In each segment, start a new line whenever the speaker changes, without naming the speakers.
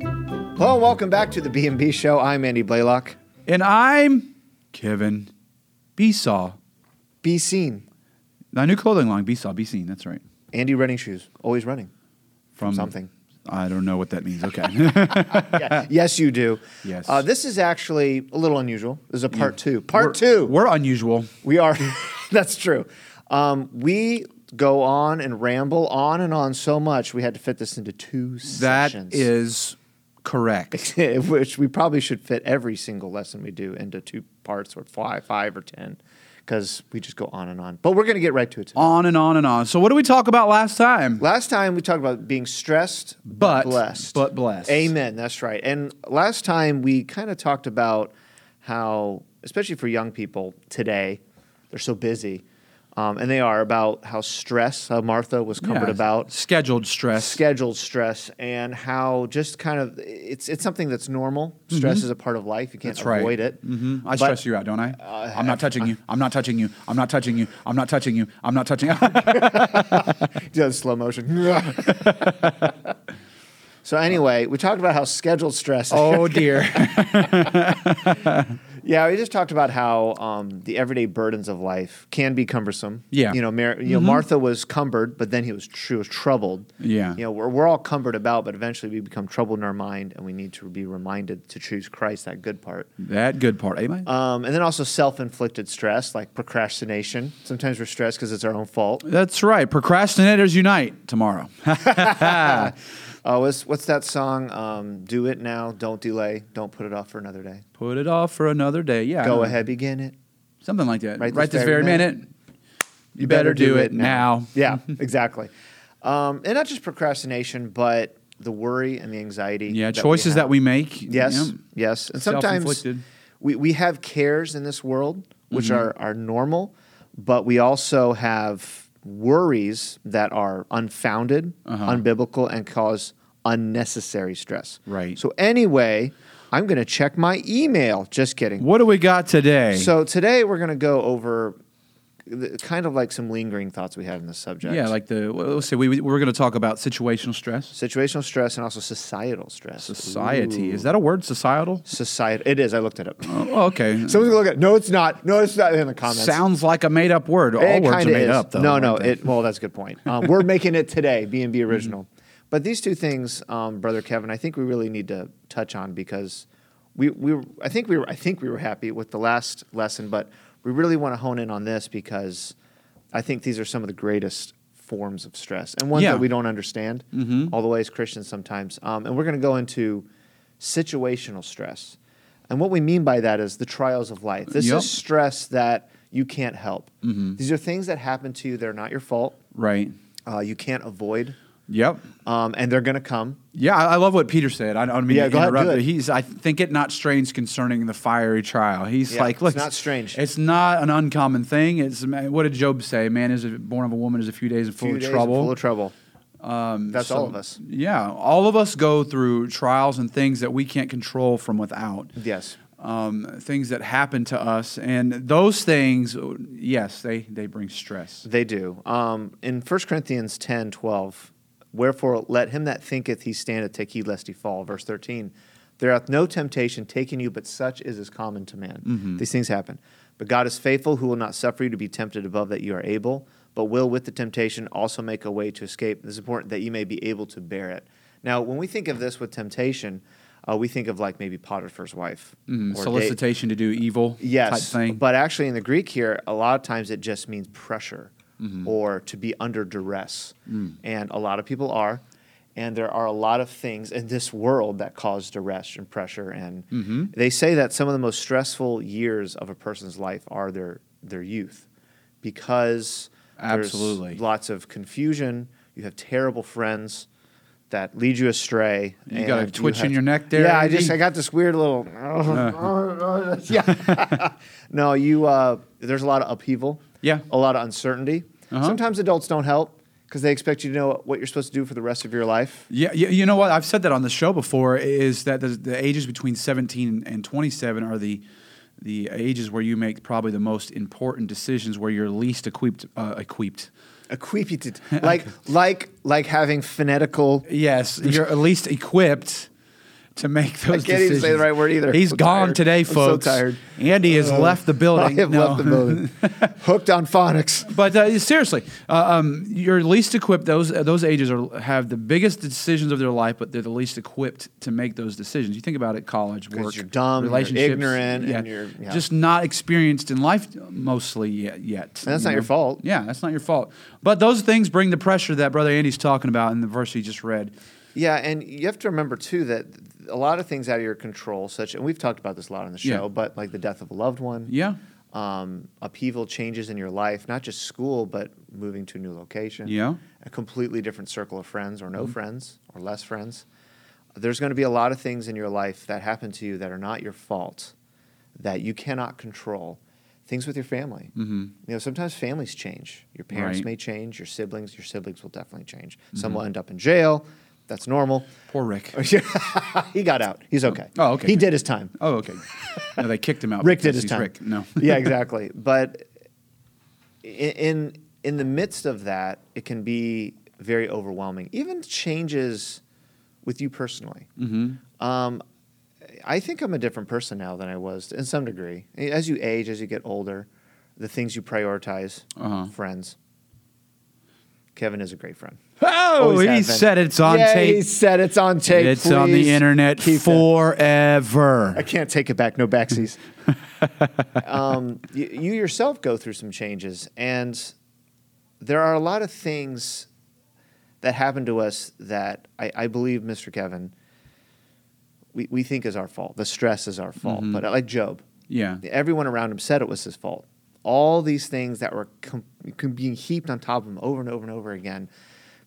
Hello, and welcome back to the B&B show. I'm Andy Blaylock.
And I'm Kevin Besaw.
Be seen.
My new clothing line, Besaw, Be Seen. That's right.
Andy running shoes. Always running.
From
Something.
I don't know what that means. Okay.
Yes, you do.
Yes.
Uh, this is actually a little unusual. This is a part two. Part two.
We're unusual.
We are. that's true. Um, we go on and ramble on and on so much. We had to fit this into two
That
sessions.
is correct.
which we probably should fit every single lesson we do into two parts or five, five or ten, because we just go on and on. But we're gonna get right to it. Today.
on and on and on. So what did we talk about last time?
Last time we talked about being stressed
But-
blessed.
but blessed.
Amen. That's right. And last time we kind of talked about how, especially for young people today, they're so busy, um, and they are about how stress. How Martha was covered
Yeah,
about
scheduled stress.
scheduled stress and how just kind of it's it's something that's normal. Stress is a part of life. You can't
Mm-hmm. That's right.
avoid it.
hmm I
But-
stress you out, don't I? I'm not touching you. I'm not touching you. I'm not touching you. I'm not touching you. I'm not touching.
Yeah, in slow motion. so anyway, we talked about how scheduled stress.
oh dear.
Yeah, we just talked about how um, the everyday burdens of life can be cumbersome.
Yeah. Mm-hmm.
you know, Mar- you know, Martha was cumbered, but then he was she was troubled.
Yeah.
you know, we're we're all cumbered about, but eventually we become troubled in our mind, and we need to be reminded to choose Christ, that good part.
that good part. eh, Amen.
Um, and then also self-inflicted stress, like procrastination. Sometimes we're stressed because it's our own fault.
That's right. Procrastinators unite tomorrow.
Oh, what's what's that song? Um, Do it now, don't delay, don't put it off for another day.
Put it off for another day. Yeah. I
Go
know.
ahead, begin it.
Something like that.
Right
Right,
this
this,
very
very minute. You better, do, it now.
Yeah, exactly. Um, and not just procrastination, but the worry and the anxiety.
Yeah, choices that
have.
we make.
Yes,
yeah.
yes. And sometimes
Self-inflicted.
we, we have cares in this world, which
Mm-hmm.
are, are normal, but we also have worries that are unfounded,
Uh-huh.
unbiblical, and cause unnecessary stress.
Right.
So, anyway, I'm going to check my email. Just kidding.
What do we got today?
So, today we're going to go over the, kind of like some lingering thoughts we had in this subject.
yeah, like the well, let's say we we- we're going to talk about situational stress.
situational stress and also societal stress.
Society is that a word? Societal.
Society. It is. I looked it up.
Oh, okay.
Someone's gonna look at. it. No, it's not. No, it's not in the comments.
Sounds like a made up word. All
It
words are
kinda
made
is.
up, though.
No,
aren't
no.
they?
It, well, that's a good point. Um, we're making it today, B and B original.
Mm-hmm.
But these two things, um, brother Kevin, I think we really need to touch on because we we were- I think we were I think we were happy with the last lesson, but we really want to hone in on this because I think these are some of the greatest forms of stress and ones
Yeah. Mm-hmm.
that we don't understand all the way as Christians sometimes. Um, and we're going to go into situational stress. And what we mean by that is the trials of life. This
Yep. Mm-hmm.
is stress that you can't help. These are things that happen to you. They're not your fault.
Right.
Uh, you can't avoid,
Yep.
um, and they're going to come.
Yeah, I, I love what Peter said. I, I don't mean
Yeah,
to
go ahead, do
interrupt,
it.
but he's. I think it not strange concerning the fiery trial. He's
Yeah,
like,
it's
look,
not strange.
It's not an uncommon thing. It's what did Job say? Man is born of a woman is a few days and full
Few
of
days and
trouble. Um,
Full of trouble. That's all of us.
Yeah, all of us go through trials and things that we can't control from without.
Yes.
Um, things that happen to us, and those things, yes, they they bring stress.
They do. Um, in 1 Corinthians 10 12, wherefore let him that thinketh he standeth take heed lest he fall. Verse 13, there hath no temptation taken you, but such as is common to man. These things happen. But God is faithful, who will not suffer you to be tempted above that you are able, but will with the temptation also make a way to escape. This is important that you may be able to bear it. Now, when we think of this with temptation, uh, we think of like maybe Potiphar's wife.
Mm,
or Da-
solicitation to do evil,
yes,
type thing.
But actually, in the Greek here, a lot of times it just means pressure
Mm-hmm.
or to be under duress.
Mm.
And a lot of people are. And there are a lot of things in this world that cause duress and pressure. And
Mm-hmm.
they say that some of the most stressful years of a person's life are their, their youth because there's
Absolutely.
lots of confusion. You have terrible friends that lead you astray.
You got a
and
twitch in your neck there, Uh.
Yeah, I
Andy?
just I got this weird little. yeah. no, you. Uh, there's a lot of upheaval.
Yeah.
A lot of uncertainty.
Uh-huh.
Sometimes adults don't help because they expect you to know what you're supposed to do for the rest of your life.
Yeah, you, you know what? I've said that on the show before. Is that the, the ages between seventeen and twenty-seven are the the ages where you make probably the most important decisions, where you're least equipped. Uh, equipped.
Equipped, like like like having phonetical.
Yes, you're least equipped to make
I
those
can't even
decisions.
say the right word either.
He's
I'm
gone
tired.
today,
I'm so
folks.
tired.
Andy has
Uh,
left the building.
I have
No.
left the building. Hooked on phonics.
But uh, seriously, uh, um, you're least equipped. Those uh, those ages are have the biggest decisions of their life, but they're the least equipped to make those decisions. You think about it: college,
'Cause
work,
you're dumb, you're
relationships,
ignorant, and you're- yeah.
just not experienced in life mostly yet. yet
And that's
you
not your fault.
Yeah, that's not your fault. But those things bring the pressure that brother Andy's talking about in the verse he just read.
Yeah, and you have to remember too that a lot of things out of your control, such and we've talked about this a lot on the show,
Yeah.
but like the death of a loved one,
Yeah,
um, upheaval changes in your life, not just school, but moving to a new location,
Yeah. Mm-hmm.
a completely different circle of friends, or no friends, or less friends. There's going to be a lot of things in your life that happen to you that are not your fault, that you cannot control. Things with your family. You know, sometimes families change. Your parents
Mm-hmm. Right. Mm-hmm.
may change. Your siblings. Your siblings will definitely change. Some will end up in jail. That's normal.
poor Rick.
he got out. He's okay.
Oh, okay,
He
good.
did his time.
Oh, okay. No, they kicked him out.
Rick did his
because he's
time.
Rick. No.
yeah, exactly. But i- in in the midst of that, it can be very overwhelming. Even changes with you personally.
Mm-hmm.
Um, I think I'm a different person now than I was in some degree. As you age, as you get older, the things you prioritize,
Uh-huh.
friends. Kevin is a great friend.
Oh,
Always
he
have been.
said it's on
Yeah,
tape.
He said it's on tape.
it's on
Please
the internet
keep that.
forever.
I can't take it back. No backsies. um, you, you yourself go through some changes, and there are a lot of things that happen to us that I, I believe, Mr. Kevin, we, we think is our fault. The stress is our fault.
Mm-hmm.
But uh, like Job,
Yeah.
everyone around him said it was his fault. All these things that were com- com- being heaped on top of him over and over and over again.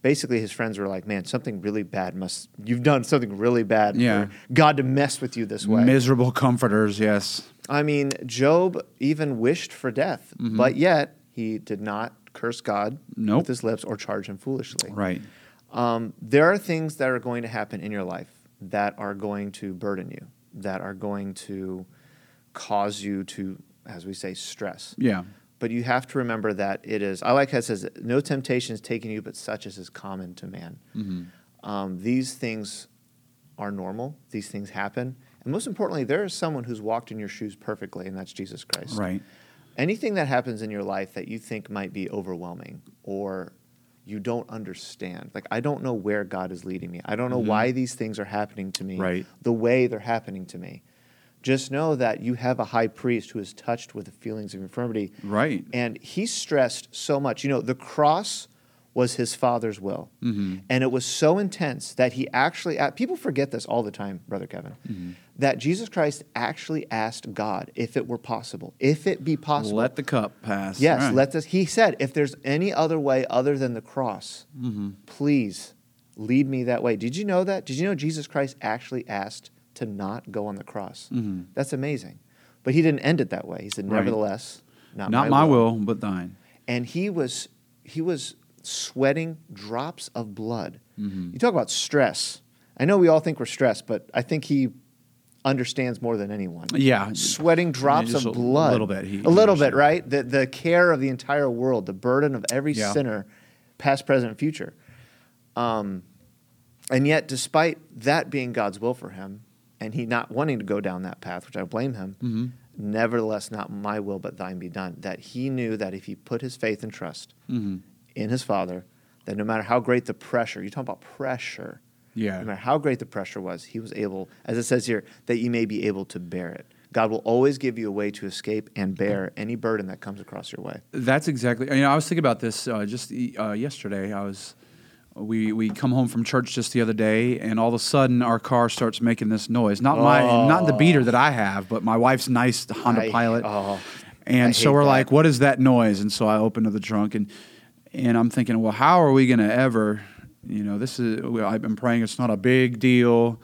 Basically, his friends were like, "Man, something really bad must you've done something really bad
Yeah.
for God to mess with you this way."
Miserable comforters, yes.
I mean, Job even wished for death, but yet he did not curse God
Mm-hmm. Nope.
with his lips or charge him foolishly.
Right.
Um, there are things that are going to happen in your life that are going to burden you, that are going to cause you to, as we say, stress.
Yeah.
But you have to remember that it is, I like how it says, no temptation is taking you, but such as is common to man.
Mm-hmm.
Um, these things are normal, these things happen. And most importantly, there is someone who's walked in your shoes perfectly, and that's Jesus Christ.
Right.
Anything that happens in your life that you think might be overwhelming or you don't understand, like, I don't know where God is leading me, I don't know why these things are happening to me
Mm-hmm. Right.
the way they're happening to me. Just know that you have a high priest who is touched with the feelings of infirmity.
Right.
And he stressed so much. You know, the cross was his father's will.
Mm-hmm.
And it was so intense that he actually, a- people forget this all the time, Brother Kevin,
Mm-hmm.
that Jesus Christ actually asked God if it were possible, if it be possible.
Let the cup pass.
Yes,
Right.
let us. He said, if there's any other way other than the cross,
Mm-hmm.
please lead me that way. Did you know that? Did you know Jesus Christ actually asked to not go on the cross? That's amazing. But he didn't end it that way. He said,
Mm-hmm. Right.
nevertheless, not,
not, my, will. but thine.
And he was he was sweating drops of blood.
Mm-hmm.
You talk about stress. I know we all think we're stressed, but I think he understands more than anyone
Yeah.
sweating drops
just
of
a
blood.
little bit, he-
a little
he-
bit, right? The, the care of the entire world, the burden of every
Yeah.
sinner, past, present, and future. Um, and yet, despite that being God's will for him, and he not wanting to go down that path, which I blame him, nevertheless, not my will, but thine be done. That he knew that if he put his faith and trust in his Father, that no matter how great the pressure, you talk about pressure.
Yeah.
No matter how great the pressure was, he was able, as it says here, that you may be able to bear it. God will always give you a way to escape and bear any burden that comes across your way.
That's exactly. You know, I was thinking about this uh, just uh, yesterday. I was we we come home from church just the other day, and all of a sudden our car starts making this noise. Not my, not the beater that I have, but my wife's nice Honda
Oh. I-
Pilot.
oh, I
and so
hate
we're
that.
like, "What is that noise?" And so I open to the trunk, and and I'm thinking, "Well, how are we going to ever?" You know, this is. well, I've been praying. It's not a big deal.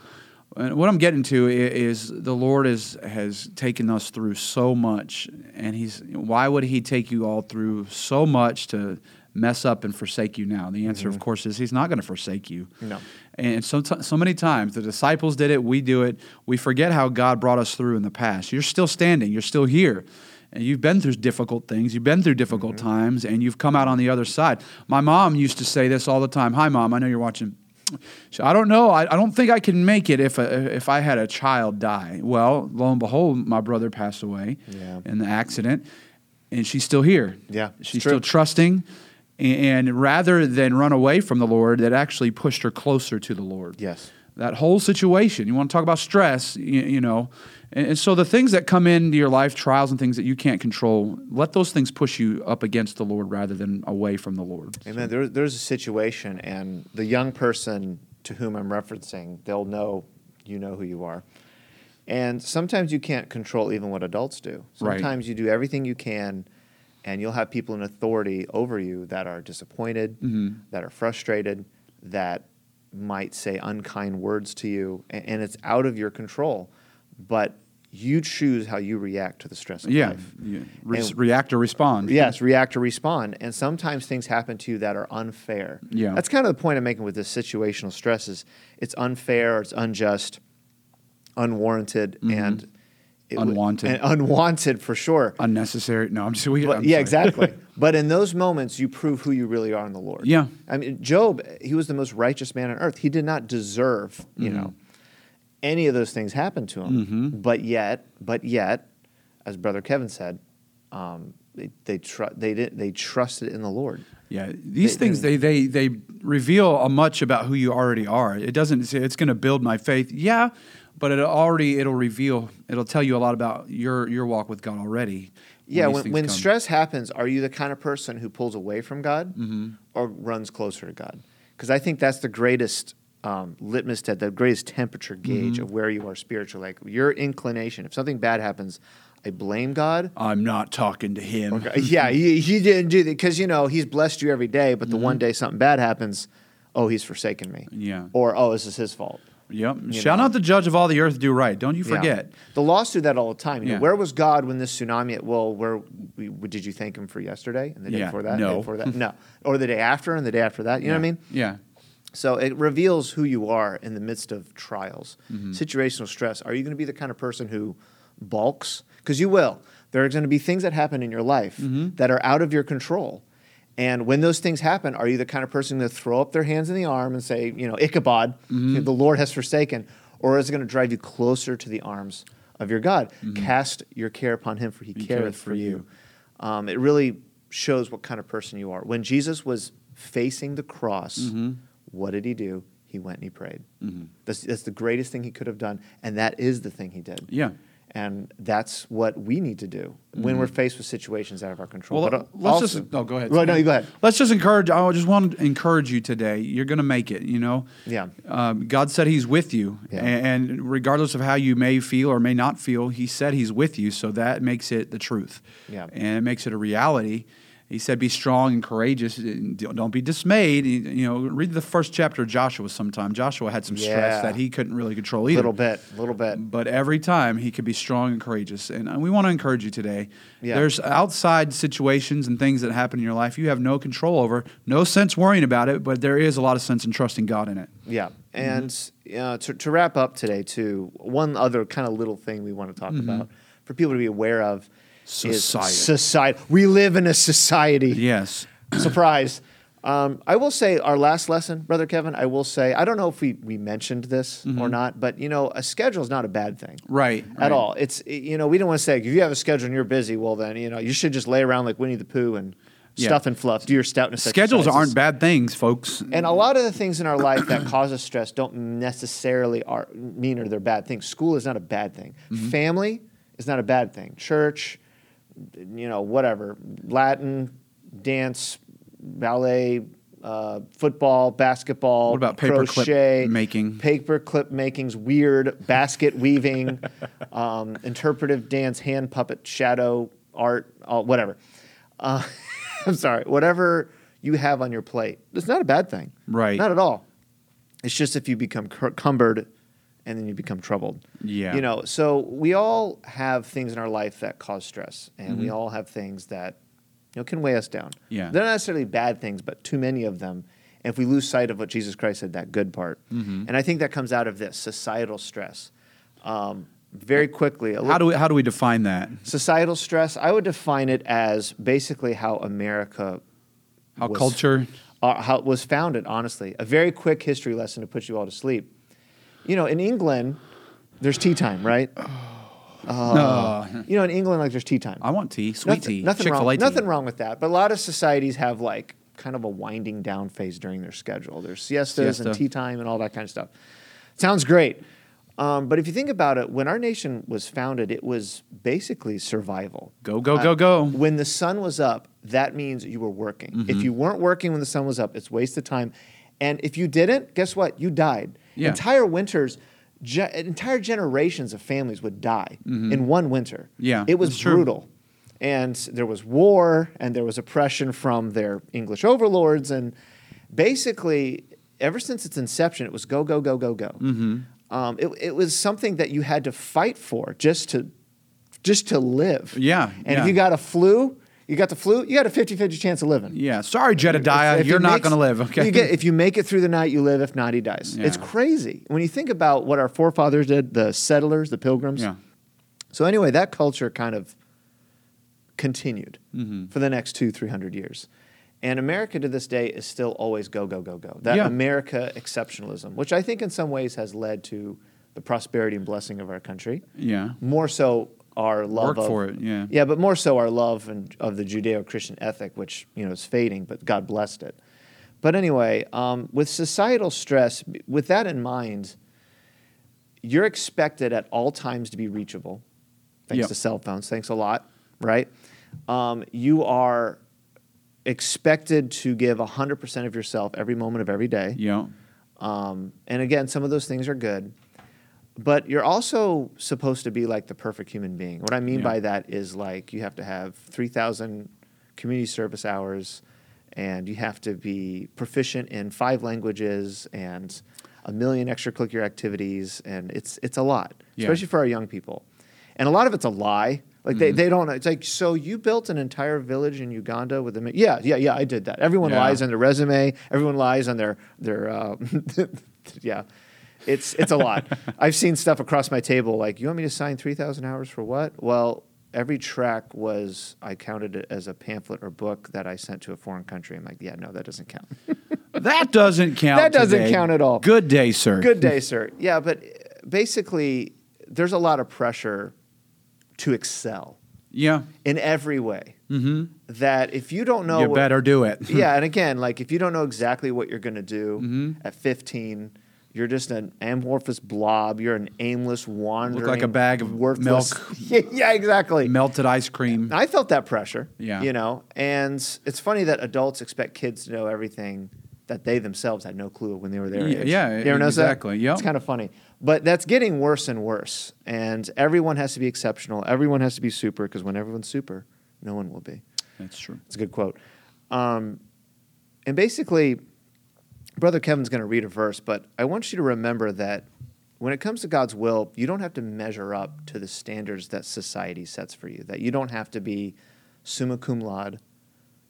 And what I'm getting to i- is the Lord is, has taken us through so much, and He's why would He take you all through so much to mess up and forsake you now? The answer, of course, is He's not going to forsake you.
No.
And so, so many times the disciples did it, we do it. We forget how God brought us through in the past. You're still standing, you're still here. And you've been through difficult things, you've been through difficult
Mm-hmm.
times, and you've come out on the other side. My mom used to say this all the time Hi, mom, I know you're watching. So I don't know. I, I don't think I can make it if a, if I had a child die. Well, lo and behold, my brother passed away
Yeah.
in the accident, and she's still here.
Yeah, it's
she's
true.
still trusting, and, and rather than run away from the Lord, that actually pushed her closer to the Lord.
Yes.
That whole situation. You want to talk about stress, you, you know. And, and so the things that come into your life, trials and things that you can't control, let those things push you up against the Lord rather than away from the Lord.
Amen. There, there's a situation, and the young person to whom I'm referencing, they'll know you know who you are. And sometimes you can't control even what adults do.
Right.
Sometimes you do everything you can, and you'll have people in authority over you that are disappointed,
Mm-hmm.
that are frustrated, that might say unkind words to you, a- and, it's out of your control. But you choose how you react to the stress of
Yeah.
life.
yeah. Re-
And-
react or respond.
Yes, react or respond. And sometimes things happen to you that are unfair.
Yeah.
That's kind of the point I'm making with this situational stress is it's unfair, it's unjust, unwarranted, and it would-
Mm-hmm. Unwanted.
and unwanted for sure.
Unnecessary. No, I'm just. We,
But,
I'm
yeah,
sorry.
exactly. but in those moments, you prove who you really are in the Lord.
Yeah.
I mean, Job, he was the most righteous man on earth. He did not deserve, you
Mm-hmm.
know, any of those things happened to him. But yet, but yet, as Brother Kevin said, um, they they, tr- they did they trusted in the Lord.
Yeah, these
They-
things they, they they reveal a much about who you already are. It doesn't say it's going to build my faith. Yeah, but it already it'll reveal it'll tell you a lot about your your walk with God already.
Yeah,
these
when,
things
when
come.
stress happens, are you the kind of person who pulls away from God
Mm-hmm.
or runs closer to God? Because I think that's the greatest um, litmus test, the greatest temperature gauge
Mm-hmm.
of where you are spiritually. Like your inclination, if something bad happens, I blame God.
I'm not talking to him.
yeah, he, he didn't do that because, you know, he's blessed you every day, but the one day something bad happens, oh, he's forsaken me.
Mm-hmm. Yeah.
Or, oh, this is his fault.
Yep.
You
Shall
know.
not the judge of all the earth do right? Don't you
Yeah.
forget.
The laws do that all the time. You
Yeah.
know, where was God when this tsunami? Well, where we, we- did you thank Him for yesterday and the day
Yeah,
before that?
no.
Day before that? no, or the day after and the day after that. You know what I mean?
Yeah.
So it reveals who you are in the midst of trials, situational stress. Are you going to be the kind of person who balks? Because you will. There are going to be things that happen in your life that are out of your control. And when those things happen, are you the kind of person to throw up their hands in the arm and say, you know, Ichabod, the Lord has forsaken? Or is it going to drive you closer to the arms of your God? Cast your care upon him, for Mm-hmm. he, careth, for you. Um, it really shows what kind of person you are. When Jesus was facing the cross,
Mm-hmm.
what did he do? He went and he prayed. That's, that's the greatest thing he could have done, and that is the thing he did.
Yeah.
And that's what we need to do when we're faced with situations out of our control.
Mm-hmm. Well,
But, uh,
let's
also-
just. No, go ahead.
Well, no, you go ahead.
Let's just encourage. I just want to encourage you today. You're going to make it. You know.
Yeah.
Um, God said He's with you,
Yeah.
A- and, regardless of how you may feel or may not feel, He said He's with you. So that makes it the truth.
Yeah.
And it makes it a reality. He said, "Be strong and courageous. and Don't don't be dismayed." You you know, read the first chapter of Joshua sometime. Joshua had some
Yeah.
stress that he couldn't really control
A
either Mm-hmm.
little bit, a little bit.
but every time he could be strong and courageous. And uh, we want to encourage you today.
Yeah.
There's outside situations and things that happen in your life you have no control over, no sense worrying about it, but there is a lot of sense in trusting God in it.
Yeah. And uh, to, to wrap up today, too, one other kind of little thing we want to talk
Mm-hmm.
about for people to be aware of
Society.
is society. We live in a society.
Yes.
Surprise. Um, I will say our last lesson, Brother Kevin, I will say, I don't know if we, we mentioned this or not, but you know, a schedule is not a bad thing.
Right,
At
Mm-hmm. right.
all. It's, you know, we don't want to say, if you have a schedule and you're busy, well, then, you know, you should just lay around like Winnie the Pooh and
Yeah.
stuff and fluff, do your stoutness
Schedules
exercises.
aren't bad things, folks.
And a lot of the things in our life that cause us stress don't necessarily are mean or they're bad things. School is not a bad thing.
Mm-hmm.
Family is not a bad thing. Church, you know, whatever. Latin, dance, ballet, uh, football, basketball.
What about paperclip
crochet,
making?
Paper clip making's weird. Basket weaving, um, interpretive dance, hand puppet, shadow art, all, whatever. Uh, I'm sorry, whatever you have on your plate, it's not a bad thing.
Right.
Not at all. It's just if you become cur- cumbered and then you become troubled.
Yeah.
You know, so we all have things in our life that cause stress and we all have things that, you know, can weigh us down.
Mm-hmm. Yeah.
They're not necessarily bad things, but too many of them. And if we lose sight of what Jesus Christ said, that good part.
Mm-hmm.
And I think that comes out of this societal stress. Um, very quickly, a
How do we how do we define that?
societal stress, I would define it as basically how America
How
was-
culture
uh, how it was founded, honestly. A very quick history lesson to put you all to sleep. You know, in England, there's tea time, right?
no,
You know, in England, like there's tea time.
I want tea, sweet tea,
uh, nothing,
Chick-fil-A
wrong,
tea.
nothing wrong with that. But a lot of societies have like kind of a winding down phase during their schedule. There's siestas and
Siesta.
tea time and all that kind of stuff. Sounds great. Um, but if you think about it, when our nation was founded, it was basically survival.
Go go go go. Mm-hmm.
When the sun was up, that means you were working. If you weren't working when the sun was up, it's wasted time. And if you didn't, guess what? You died.
Yeah.
Entire winters, ge- entire generations of families would die in one winter.
Mm-hmm. Yeah,
It was
that's true.
brutal. And there was war and there was oppression from their English overlords. And basically, ever since its inception, it was go, go, go, go, go.
Mm-hmm.
Um, it, it was something that you had to fight for just to just to live.
Yeah,
And
yeah.
if you got a flu, you got the flu, you got a 50 50 chance of living.
Yeah, sorry, Jedediah,
If- if
you're
he
not
makes-
going to live. Okay,
You get, if you make it through the night, you live. If not, he dies. It's
Yeah.
crazy when you think about what our forefathers did, the settlers, the pilgrims.
yeah,
So anyway, that culture kind of continued
Mm-hmm.
for the next two, three hundred years. And America to this day is still always go, go, go, go. That
Yeah.
America exceptionalism, which I think in some ways has led to the prosperity and blessing of our country.
yeah,
More so our love
Work
of,
for it, yeah.
Yeah, but more so our love and of the Judeo-Christian ethic, which you know is fading, but God blessed it. But anyway, um, with societal stress, b- with that in mind, you're expected at all times to be reachable, thanks
Yep.
to cell phones. Thanks a lot, right? Um, you are expected to give 100% of yourself every moment of every day.
yeah,
Um, and again, some of those things are good, but you're also supposed to be like the perfect human being. What I mean
Yeah.
by that is like you have to have 3,000 community service hours and you have to be proficient in five languages and a million extracurricular activities. And it's, it's a lot,
Yeah.
especially for our young people. And a lot of it's a lie. Like they,
Mm-hmm.
they don't, it's like, so you built an entire village in Uganda with a, mi- yeah, yeah, yeah, I did that. Everyone
Yeah.
lies on their resume. Everyone lies on their their uh, yeah. It's it's a lot. I've seen stuff across my table like, you want me to sign three thousand hours for what? Well, every track was I counted it as a pamphlet or book that I sent to a foreign country. I'm like, yeah, no, that doesn't count.
that doesn't count.
That doesn't
today.
count at all.
Good day, sir.
Good day, sir. Yeah, but uh, basically, there's a lot of pressure to excel
Yeah,
in every way. Mm-hmm. That if you don't know
you
what-
better do it.
yeah, and again, like if you don't know exactly what you're going to do
Mm-hmm.
at 15, you're just an amorphous blob. You're an aimless wandering,
bag of
worthless. milk. yeah, exactly.
Melted ice cream.
I felt that pressure.
Yeah.
you know, and it's funny that adults expect kids to know everything that they themselves had no clue when they were their
Y-
age.
yeah,
you ever notice that?
exactly, yep.
it's kind of funny, but that's getting worse and worse. And everyone has to be exceptional. Everyone has to be super because when everyone's super, no one will be.
That's true.
It's a good quote. Um, and basically, Brother Kevin's going to read a verse, but I want you to remember that when it comes to God's will, you don't have to measure up to the standards that society sets for you, that you don't have to be summa cum laude.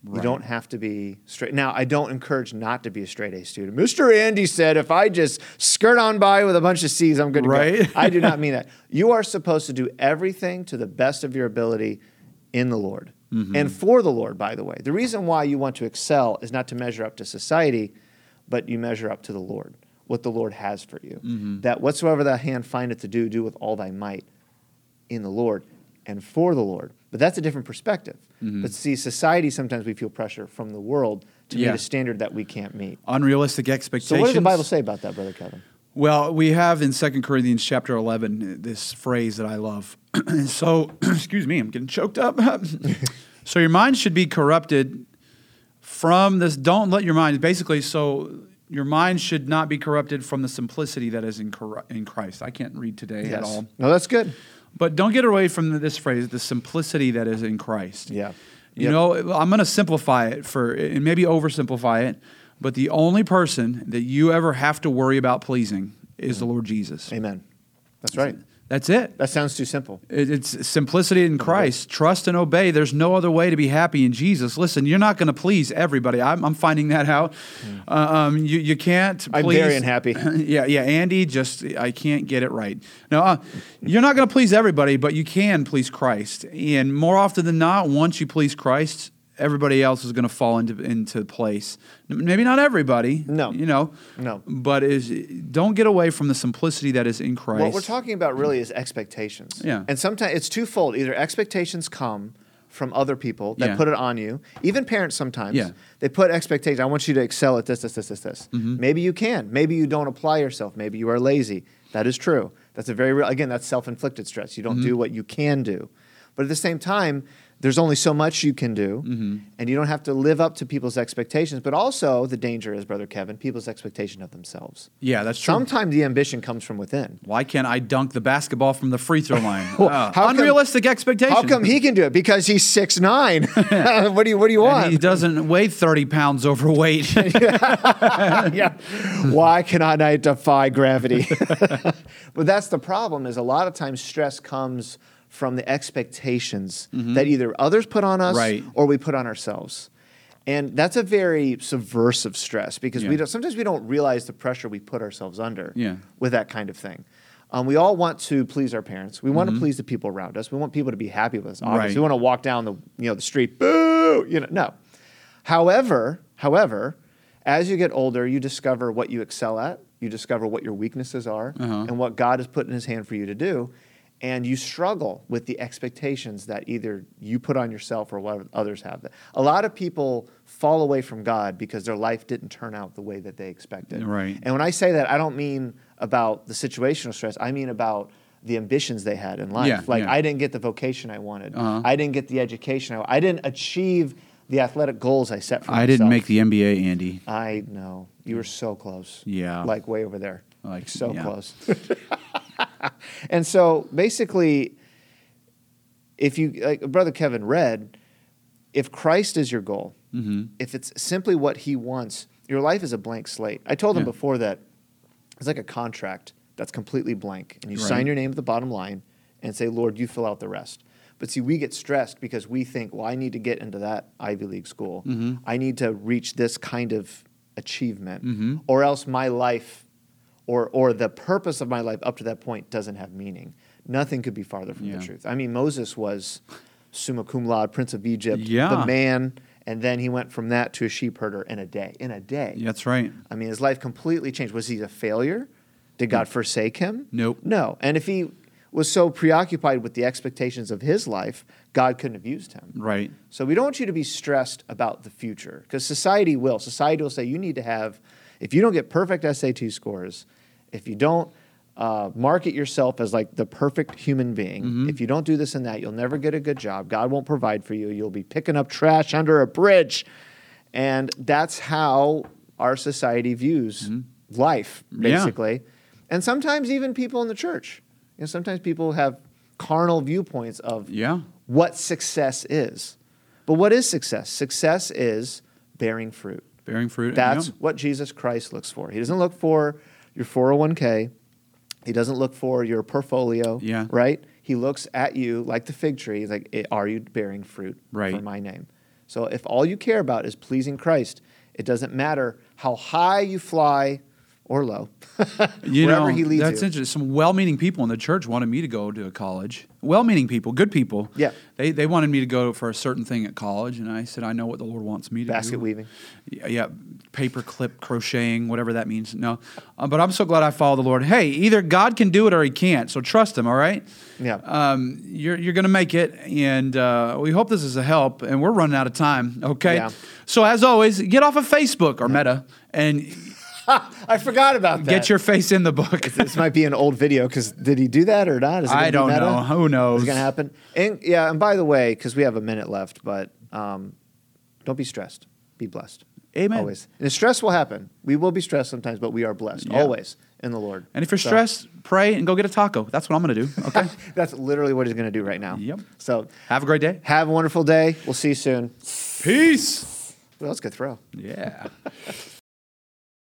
You
Right.
don't have to be straight. Now, I don't encourage not to be a straight A student. Mr. Andy said, if I just skirt on by with a bunch of C's, I'm good to
Right.
go. I do not mean that. You are supposed to do everything to the best of your ability in the Lord
Mm-hmm.
and for the Lord, by the way. The reason why you want to excel is not to measure up to society, but you measure up to the Lord, what the Lord has for you.
Mm-hmm.
That whatsoever thy hand findeth to do, do with all thy might in the Lord and for the Lord. But that's a different perspective.
Mm-hmm.
But see, society sometimes we feel pressure from the world to
Yeah.
meet a standard that we can't meet.
Unrealistic expectations.
So, what does the Bible say about that, Brother Kevin?
Well, we have in 2 Corinthians chapter 11 uh, this phrase that I love. so, excuse me, I'm getting choked up. so, your mind should be corrupted from this. Don't let your mind, basically, so your mind should not be corrupted from the simplicity that is in, Cor- in Christ. I can't read today at all.
No, that's good.
But don't get away from this phrase, the simplicity that is in Christ.
Yeah.
You
Yep.
know, I'm going to simplify it for, and maybe oversimplify it, but the only person that you ever have to worry about pleasing is the Lord Jesus.
Amen. Mm-hmm. That's right.
That's it.
That sounds too simple.
It- It's simplicity in Christ. Trust and obey. There's no other way to be happy in Jesus. Listen, you're not going to please everybody. I'm, I'm finding that out. Um, you, you can't please.
Hmm. I'm very unhappy.
yeah, yeah. Andy, just, I can't get it right. No, uh, you're not going to please everybody, but you can please Christ. And more often than not, once you please Christ, everybody else is going to fall into into place. N- Maybe not everybody.
No.
you know,
No.
But is don't get away from the simplicity that is in Christ.
What we're talking about really is expectations.
Yeah.
And sometimes it's twofold. Either expectations come from other people that
Yeah.
put it on you, even parents sometimes.
Yeah.
They put expectations. I want you to excel at this, this, this, this, this.
Mm-hmm.
Maybe you can. Maybe you don't apply yourself. Maybe you are lazy. That is true. That's a very real, again, that's self inflicted stress. You don't
Mm-hmm.
do what you can do. But at the same time, there's only so much you can do,
Mm-hmm.
and you don't have to live up to people's expectations. But also, the danger is, Brother Kevin, people's expectation of themselves.
Yeah, that's true.
Sometimes the ambition comes from within.
Why can't I dunk the basketball from the free throw line?
Well,
Ah,
how come-
unrealistic expectations.
How come he can do it? Because he's six nine. what do you What do you
And he
want?
doesn't weigh 30 pounds overweight.
yeah. Why cannot I defy gravity? but that's the problem. Is a lot of times stress comes from the expectations that either others put on us
Mm-hmm. Right.
or we put on ourselves. And that's a very subversive stress because we
Yeah.
don't, sometimes we don't realize the pressure we put ourselves under
Yeah.
with that kind of thing. Um, we all want to please our parents. We
Mm-hmm.
want to please the people around us. We want people to be happy with us. Obviously,
Right.
we want to walk down the you know the street, boo, you know, no. However, however, as you get older, you discover what you excel at. You discover what your weaknesses are
Uh-huh.
and what God has put in His hand for you to do, and you struggle with the expectations that either you put on yourself or what others have. A lot of people fall away from God because their life didn't turn out the way that they expected.
Right.
And when I say that, I don't mean about the situational stress. I mean about the ambitions they had in life.
Yeah,
like
yeah. Uh-huh.
I didn't get the vocation I wanted. I didn't get the education. I, I didn't achieve the athletic goals I set for myself.
I didn't make the NBA, Andy.
I know you were so close.
Yeah.
Like way over there.
Like,
so
yeah.
close. and so basically, if you like brother Kevin read, if Christ is your goal,
Mm-hmm.
if it's simply what He wants, your life is a blank slate. I told him
Yeah.
before that it's like a contract that's completely blank, and you
Right.
sign your name at the bottom line and say, "Lord, you fill out the rest." But see, we get stressed because we think, "Well, I need to get into that Ivy League school.
Mm-hmm.
I need to reach this kind of achievement,
Mm-hmm.
or else my life." Or, or the purpose of my life up to that point doesn't have meaning. Nothing could be farther from
Yeah.
the truth. I mean, Moses was summa cum laude, Prince of Egypt,
Yeah.
the man, and then he went from that to a sheep herder in a day. In a day.
Yeah, That's right.
I mean, his life completely changed. Was he a failure? Did God forsake him?
Nope.
No. And if he was so preoccupied with the expectations of his life, God couldn't have used him.
Right.
So we don't want you to be stressed about the future because society will. Society will say you need to have, if you don't get perfect SAT scores, if you don't uh, market yourself as like the perfect human being, if you don't do this and that, you'll never get a good job. God won't provide for you. You'll be picking up trash under a bridge. And that's how our society views life,
Yeah.
basically. And sometimes even people in the church. You know, sometimes people have carnal viewpoints of
Yeah.
what success is. But what is success? Success is bearing fruit.
Bearing fruit. and
That's
yum.
what Jesus Christ looks for. He doesn't look for your 401k. He doesn't look for your portfolio,
Yeah.
right? He looks at you like the fig tree. He's like, "I- are you bearing fruit for
Right.
my name? So if all you care about is pleasing Christ, it doesn't matter how high you fly or low.
you
Wherever
know,
he leads
that's
you.
interesting. Some well-meaning people in the church wanted me to go to a college. Well-meaning people, good people.
Yeah.
They they wanted me to go for a certain thing at college, and I said, I know what the Lord wants me to
Basket
do.
weaving.
Yeah, yeah, paper clip crocheting, whatever that means. No, Uh, but I'm so glad I follow the Lord. Hey, either God can do it or He can't. So trust Him. All right.
Yeah.
Um, you're you're gonna make it, and uh, we hope this is a help. And we're running out of time. Okay.
Yeah.
So as always, get off of Facebook or Meta and
I forgot about that.
get your face in the book.
this might be an old video because did he do that or not? Is it
I
gonna be
don't
meta?
know. Who knows?
Is it going to happen? And yeah, and by the way, because we have a minute left, but um, don't be stressed. Be blessed.
Amen.
Always. And stress will happen. We will be stressed sometimes, but we are blessed
Yeah.
always in the Lord.
And if you're
So,
stressed, pray and go get a taco. That's what I'm going to do. Okay.
that's literally what he's going to do right now.
Yep.
So
Have a great day.
have a wonderful day. We'll see you soon.
Peace.
Well, let's go throw.
Yeah.